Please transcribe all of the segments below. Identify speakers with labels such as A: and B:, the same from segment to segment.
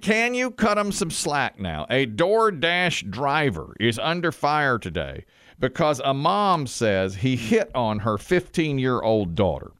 A: can you cut them some slack now? A DoorDash driver is under fire today because a mom says he hit on her 15 year old daughter.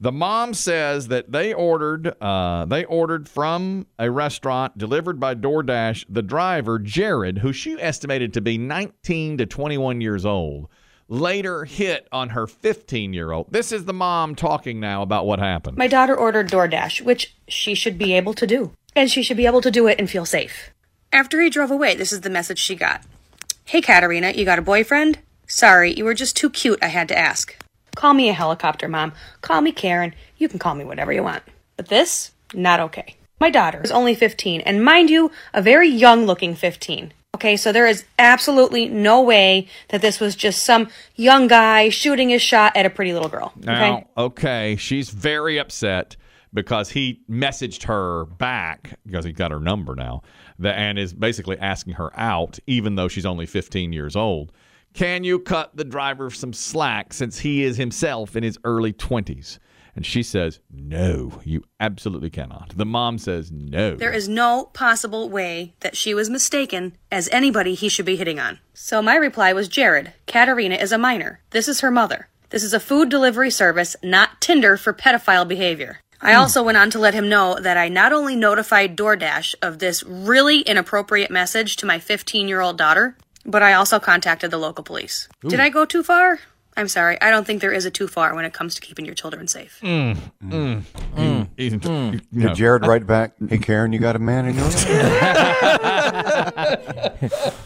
A: The mom says that they ordered uh, they ordered from a restaurant delivered by DoorDash. The driver Jared, who she estimated to be 19 to 21 years old, later hit on her 15 year old. This is the mom talking now about what happened.
B: My daughter ordered DoorDash, which she should be able to do. And she should be able to do it and feel safe. After he drove away, this is the message she got Hey, Katerina, you got a boyfriend? Sorry, you were just too cute, I had to ask. Call me a helicopter mom. Call me Karen. You can call me whatever you want. But this, not okay. My daughter is only 15, and mind you, a very young looking 15. Okay, so there is absolutely no way that this was just some young guy shooting his shot at a pretty little girl. Okay?
A: Now, okay, she's very upset because he messaged her back because he got her number now, that, and is basically asking her out, even though she's only 15 years old. Can you cut the driver some slack since he is himself in his early 20s? And she says, No, you absolutely cannot. The mom says, No.
B: There is no possible way that she was mistaken as anybody he should be hitting on. So my reply was Jared, Katerina is a minor. This is her mother. This is a food delivery service, not Tinder for pedophile behavior. I also went on to let him know that I not only notified DoorDash of this really inappropriate message to my 15 year old daughter, but I also contacted the local police. Did I go too far? I'm sorry. I don't think there is a too far when it comes to keeping your children safe.
A: He's in tr-
C: Hmm.
D: Did
A: no.
D: Jared write back? Hey, Karen, you got a man in your life?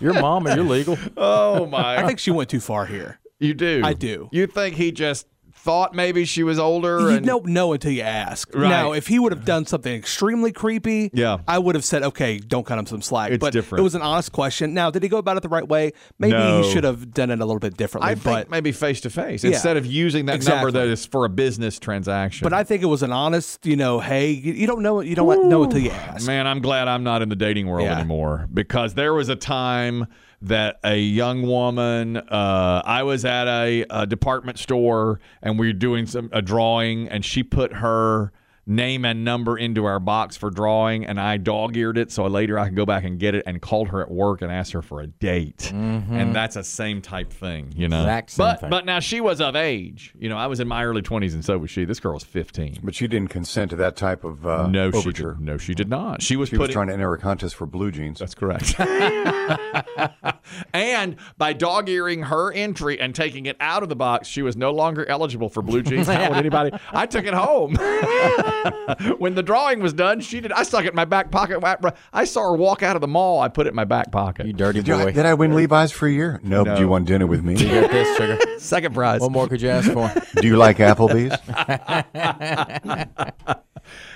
E: Your mom and you're legal.
A: Oh, my.
C: I think she went too far here.
A: you do.
C: I do.
A: You think he just thought maybe she was older?
C: You
A: and-
C: don't know until you ask.
A: Right.
C: Now, if he would have done something extremely creepy,
A: Yeah.
C: I would have said, okay, don't cut him some slack.
A: It's
C: but
A: different.
C: it was an honest question. Now, did he go about it the right way? Maybe
A: No.
C: he should have done it a little bit differently.
A: I
C: but
A: think maybe face to face
C: Yeah.
A: instead of using that number
C: Exactly.
A: that is for a business transaction.
C: but I think it was an honest, you know, hey, you you don't know, you don't want- know until you ask.
A: Man, I'm glad I'm not in the dating world
C: Yeah.
A: anymore because there was a time that a young woman, uh, I was at a, a department store and we were doing some a drawing, and she put her name and number into our box for drawing, and I dog eared it so later I could go back and get it and called her at work and asked her for a date, and that's a same type thing, you know.
E: Exact same
A: but
E: thing.
A: but now she was of age, you know. I was in my early 20s, and so was she. This girl was 15.
D: but you didn't consent to that type of uh,
A: no, she
D: overture.
A: did, no, she did not. She was
D: She was
A: putting
D: trying to enter a contest for blue jeans.
A: that's correct. and by dog earing her entry and taking it out of the box, she was no longer eligible for blue jeans. How would anybody? I took it home. when the drawing was done, she did. I stuck it in my back pocket. I saw her walk out of the mall. I put it in my back pocket.
E: You dirty
D: Did, I,
E: boy.
D: did I win Levi's for a year? No, but you won dinner with
E: You
D: me.
E: got this, sugar.
A: Second prize.
E: What more could you ask for?
D: Do you like Applebee's?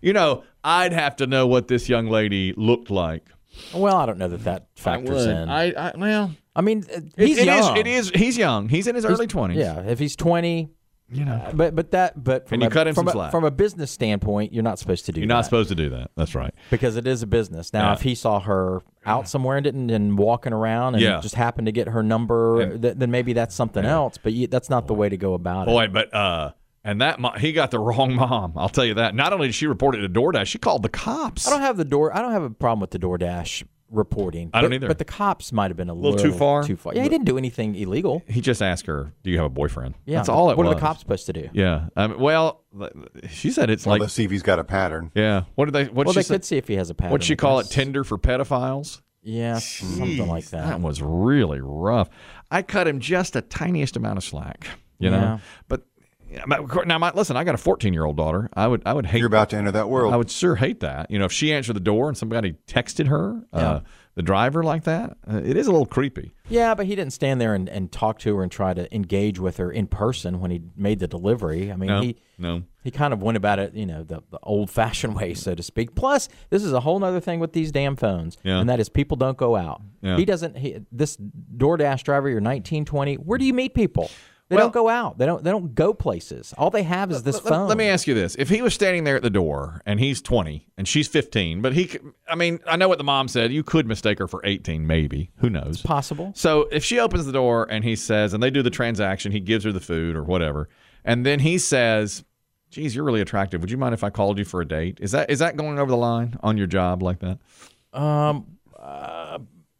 A: You know, I'd have to know what this young lady looked like.
E: Well, I don't know that that factors in. I,
A: I, I well,
E: mean, uh,
A: it-
E: he's
A: it is-
E: young.
A: It is. He's young. He's in his early twenties.
E: Yeah, if he's twenty,
A: You know,
E: but but that but from
A: you
E: a,
A: cut him
E: from,
A: some
E: a,
A: slack.
E: from a business standpoint, you're not supposed to do.
A: you're not
E: that.
A: supposed to do that. That's right.
E: because it is a business. Now,
A: Yeah.
E: if he saw her out somewhere and didn't and walking around and
A: Yeah.
E: just happened to get her number, th- then maybe that's something else. But you, that's not the way to go about it.
A: Boy, but uh, and that mo- he got the wrong mom. I'll tell you that. Not only did she report it to DoorDash, she called the cops.
E: I don't have the door. I don't have a problem with the DoorDash reporting.
A: I don't
E: but-
A: either.
E: But the cops might have been a,
A: little too far?
E: Too far. Yeah, he didn't do anything illegal.
A: he just asked her, "Do you have a boyfriend?"
E: Yeah,
A: that's all it
E: What
A: was.
E: are the cops supposed to do?
A: Yeah. I mean, well, th- she said it's
D: Well,
A: like.
D: let's see if he's got a pattern.
A: Yeah. What did they? What
E: Well,
A: she
E: they
A: say-
E: could see if he has a pattern.
A: What'd she
E: I
A: call it?
E: guess.
A: Tinder for pedophiles.
E: Yeah, something like that.
A: That was really rough. I cut him just the tiniest amount of slack. You know,
E: Yeah.
A: but. yeah, but of course- Now, my, listen. I got a 14-year-old daughter. I would, I would hate.
D: You're about to enter that world.
A: I would sure hate that. You know, if she answered the door and somebody texted her, uh, the driver like that, uh, it is a little creepy.
E: Yeah, but he didn't stand there and, and talk to her and try to engage with her in person when he made the delivery. I mean, he
A: no.
E: he kind of went about it, you know, the, the old fashioned way, so to speak. Plus, this is a whole other thing with these damn phones,
A: Yeah.
E: and that is people don't go out.
A: Yeah.
E: He doesn't. He, this DoorDash driver, you're 19, 20. Where do you meet people? They
A: Well-
E: don't go out. They don't. They don't go places. All they have is this
A: Let-
E: phone.
A: Let me ask you this: If he was standing there at the door and he's 20 and she's 15, but he, c- I mean, I know what the mom said. You could mistake her for 18, maybe. Who knows?
E: Possible.
A: So if she opens the door and he says, and they do the transaction, he gives her the food or whatever, and then he says, "Geez, you're really attractive. Would you mind if I called you for a date?" Is that is that going over the line on your job like that?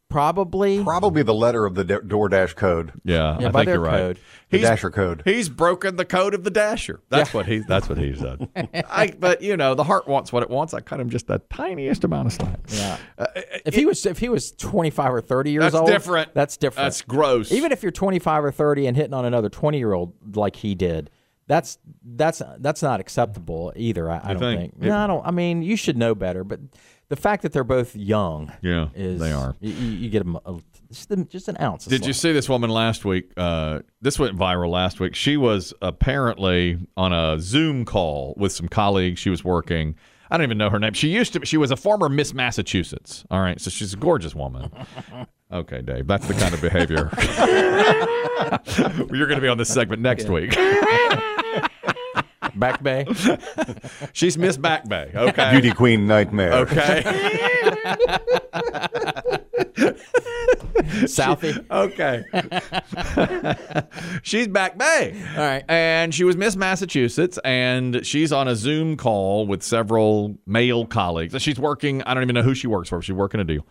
E: Probably.
D: Probably the letter of the D- DoorDash code,
A: Yeah,
E: Yeah,
A: I
E: by
A: think
E: their
A: you're right.
E: code.
D: the
A: He's-
D: Dasher code.
A: He's broken the code of the dasher. That's what he. That's what he's done. I, but you know, the heart wants what it wants. I cut him just the tiniest amount of slack. Yeah,
E: if he was if he was 25 or 30 years
A: That's
E: old
A: different.
E: that's different
A: That's gross.
E: even if you're 25 or 30 and hitting on another 20 year old like he did that's that's that's not acceptable either i, I don't
A: think?
E: think, no i don't i mean you should know better but the fact that they're both young
A: Yeah,
E: is
A: they are.
E: you, you get them a, just, an- just an ounce of
A: Did you see this woman last week? Uh, this went viral last week. She was apparently on a Zoom call with some colleagues. She was working. I don't even know her name. She used to. She was a former Miss Massachusetts. All right, so she's a gorgeous woman. Okay, Dave, that's the kind of behavior you're going to be on this segment next week.
E: slack. back bay
A: She's Miss Back Bay. Okay,
D: Beauty Queen Nightmare.
A: Okay.
E: southie
A: okay. she's back bay.
E: all right
A: And she was Miss Massachusetts, and she's on a Zoom call with several male colleagues. And She's working, I don't even know who she works for, but she's working a deal.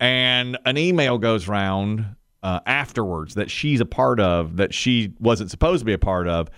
A: And an email goes round uh, afterwards that she's a part of, that she wasn't supposed to be a part of.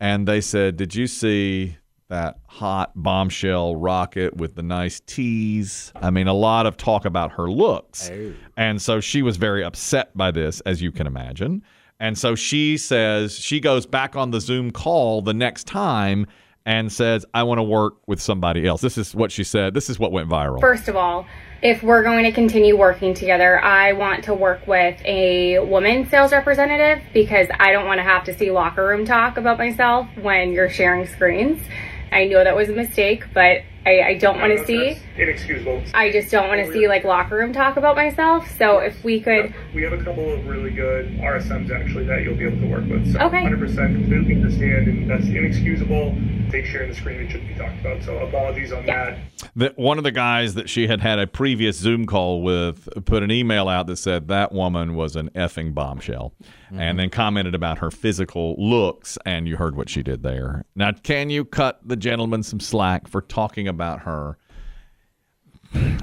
A: And they said, Did you see that hot bombshell rocket with the nice tees? I mean, a lot of talk about her looks. And so she was very upset by this, as you can imagine. And so she says she goes back on the Zoom call the next time and says, I want to work with somebody else. This is what she said. This is what went viral.
F: First of all, if we're going to continue working together, I want to work with a woman sales representative because I don't want to have to see locker room talk about myself when you're sharing screens. I know that was a mistake, but I, I don't want to see.
G: Inexcusable.
F: I just don't want to see like locker room talk about myself. So if we could,
G: Uh, We have a couple of really good RSMs actually that you'll be able to work with. So
F: Okay.
G: 100% completely understand, and that's inexcusable. Take sharing the screen, it shouldn't be talked about. So apologies on that.
A: that one of the guys that she had had a previous Zoom call with put an email out that said that woman was an effing bombshell and then commented about her physical looks. And you heard what she did there. Now, can you cut the gentleman some slack for talking about her?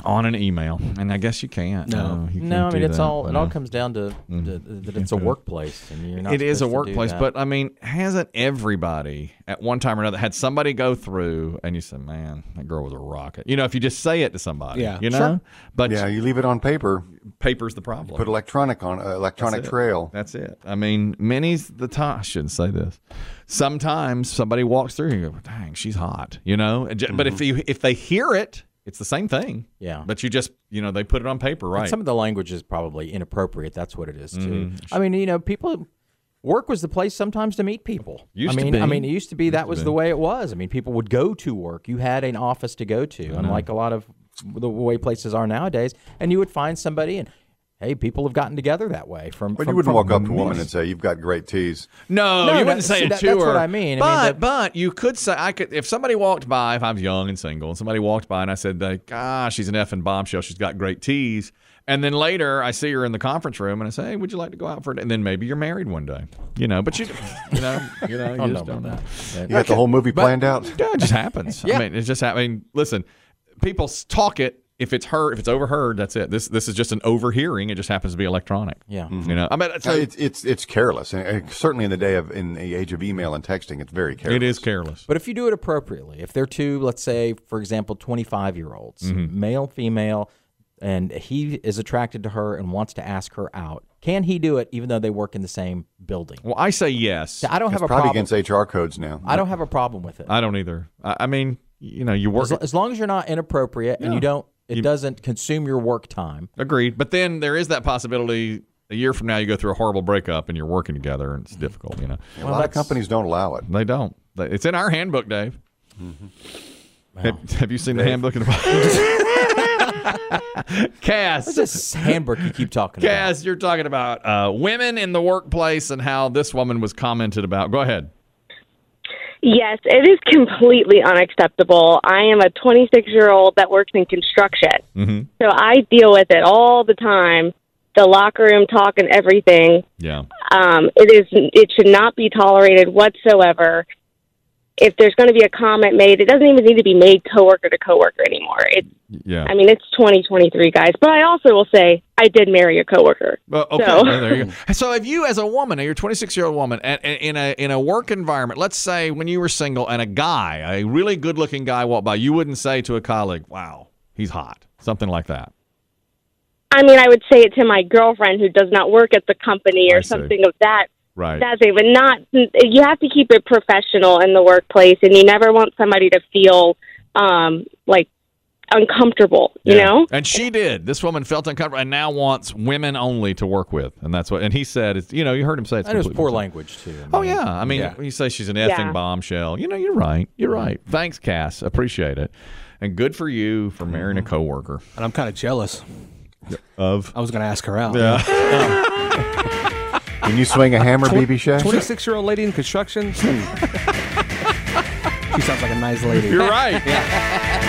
A: On an email, and I guess you can't. No, you can't
E: no i
A: do
E: mean it's
A: that. uh, mm,
E: all it
A: No.
E: all comes down to the, that it's a workplace and you're not
A: It is a
E: supposed to do
A: workplace,
E: that.
A: but I mean, hasn't everybody at one time or another had somebody go through and you said, "Man, that girl was a rocket." You know, if you just say it to somebody,
C: Yeah.
A: you know.
C: Sure.
A: But
D: Yeah, you leave it on paper,
A: paper's the problem.
D: put electronic on uh, electronic trail.
A: That's it. I mean, many's the time. I shouldn't say this. Sometimes somebody walks through and you go, "Dang, she's hot," you know. And ju- But
D: Mm-hmm.
A: if you if they hear it, it's the same thing.
E: Yeah.
A: But you just you know they put it on paper, right?
E: And some of the language is probably inappropriate. That's what it is too.
A: Mm-hmm.
E: I mean, you know, people work was the place sometimes to meet people.
A: Used
E: I
A: to
E: mean, I
A: be.
E: mean, it used to be that was the way it was. I mean, people would go to work. You had an office to go to, unlike a lot of the way places are nowadays. And you would find somebody, and hey, people have gotten together that way. From
D: But
E: from-
D: you wouldn't
E: from-
D: walk up to a woman and say, "You've got great tees."
A: No,
E: No,
A: you
E: that-
A: wouldn't say
E: see,
A: it
E: that-
A: to
E: that's
A: her.
E: what I mean.
A: But
E: I mean, the-
A: but you could say I could if somebody walked by if I was young and single and somebody walked by and I said like ah she's an effing bombshell she's got great teas and then later I see her in the conference room and I say hey would you like to go out for it and then maybe you're married one day you know but you you know you
E: Oh,
A: know you just don't know
D: You got the whole movie planned out.
A: yeah, it just happens I mean it's just hap- I mean listen people s- talk it if it's heard if it's overheard that's it this this is just an overhearing it just happens to be electronic
E: Yeah. Mm-hmm.
A: you know I mean so
D: Uh, it's it's it's careless, and, and certainly in the day of in the age of email and texting, it's very careless.
A: it is careless
E: But if you do it appropriately, if they're two, let's say, for example, 25 year olds,
D: Mm-hmm.
E: male, female, and he is attracted to her and wants to ask her out, can he do it even though they work in the same building?
A: well I say yes
E: I don't have a
D: Probably
E: problem.
D: against Uh, HR codes now.
E: I don't have a problem with it.
A: I don't either. I, I mean, you know, you work.
E: As, as long as you're not inappropriate and you don't, it doesn't consume your work time.
A: Agreed. But then there is that possibility a year from now you go through a horrible breakup and you're working together and it's difficult, you know.
D: a lot of companies don't allow it.
A: They don't. They- It's in our handbook, Dave. Have, have you seen the handbook in the Cass.
E: What's this handbook you keep talking about?
A: Cass, you're talking about uh, women in the workplace and how this woman was commented about. Go ahead.
H: Yes, it is completely unacceptable. I am a 26 year old that works in construction.
A: Mhm.
H: So I deal with it all the time the locker room talk and everything.
A: Yeah.
H: Um, it is it should not be tolerated whatsoever. if there's going to be a comment made, it doesn't even need to be made coworker to coworker anymore. It's
A: Yeah.
H: I mean, it's 2023, guys. But I also will say, I did marry a coworker.
A: Well, okay,
H: So-
A: well, there you go. So, if you, as a woman, you're a 26 year old woman, and, and in a in a work environment, let's say when you were single, and a guy, a really good looking guy, walked by, you wouldn't say to a colleague, "Wow, he's hot," something like that.
H: I mean, I would say it to my girlfriend who does not work at the company
A: I
H: or
A: see.
H: something of that.
A: Right.
H: That's it, but not. You have to keep it professional in the workplace, and you never want somebody to feel um, like uncomfortable. You
A: Yeah.
H: know,
A: And she did. This woman felt uncomfortable and now wants women only to work with, and that's what. And he said, it's, you know, you heard him say it's
E: And it was
A: completely
E: poor
A: different.
E: language too. I
A: Oh
E: mean,
A: yeah, I mean,
E: yeah.
A: when you say she's an effing
H: Yeah.
A: bombshell, you know, you're right. You're right. Thanks, Cass. Appreciate it, and good for you for marrying
E: Mm-hmm.
A: a coworker
C: And I'm kind of jealous.
A: of.
C: I was going to ask her out.
D: Can you swing a hammer, BB Chef?
C: 26 year old lady in construction. Hmm. she sounds like a nice lady.
A: You're right.